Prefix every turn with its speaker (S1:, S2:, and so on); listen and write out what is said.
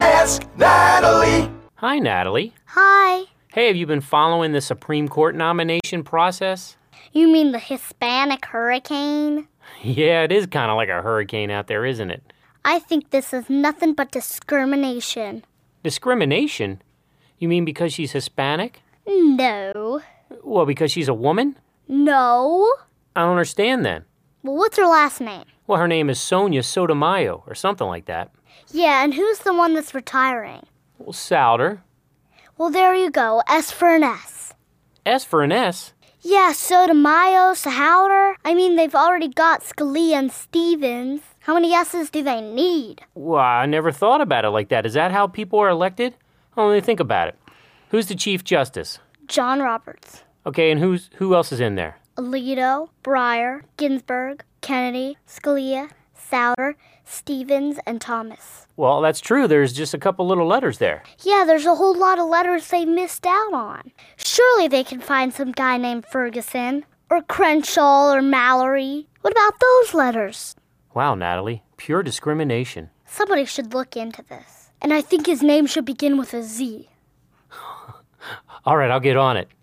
S1: Ask Natalie.
S2: Hi, Natalie.
S3: Hi.
S2: Hey, have you been following the Supreme Court nomination process?
S3: You mean the Hispanic hurricane?
S2: Yeah, it is kind of like a hurricane out there, isn't it?
S3: I think this is nothing but discrimination.
S2: Discrimination? You mean because she's Hispanic?
S3: No.
S2: Well, because she's a woman?
S3: No.
S2: I don't understand then.
S3: Well, what's her last name?
S2: Well, her name is Sonia Sotomayor or something like that.
S3: Yeah, and who's the one that's retiring?
S2: Well, Souter.
S3: Well, there you go. S for an S.
S2: S for an S.
S3: Yeah, Sotomayor, Sahouter. I mean, they've already got Scalia and Stevens. How many S's do they need?
S2: Well, I never thought about it like that. Is that how people are elected? Only think about it. Who's the Chief Justice?
S3: John Roberts,
S2: Okay, and who's who else is in there?
S3: Alito, Breyer, Ginsburg, Kennedy, Scalia, Souter, Stevens, and Thomas.
S2: Well, that's true. There's just a couple little letters there.
S3: Yeah, there's a whole lot of letters they missed out on. Surely they can find some guy named Ferguson, or Crenshaw, or Mallory. What about those letters?
S2: Wow, Natalie, pure discrimination.
S3: Somebody should look into this. And I think his name should begin with a Z.
S2: All right, I'll get on it.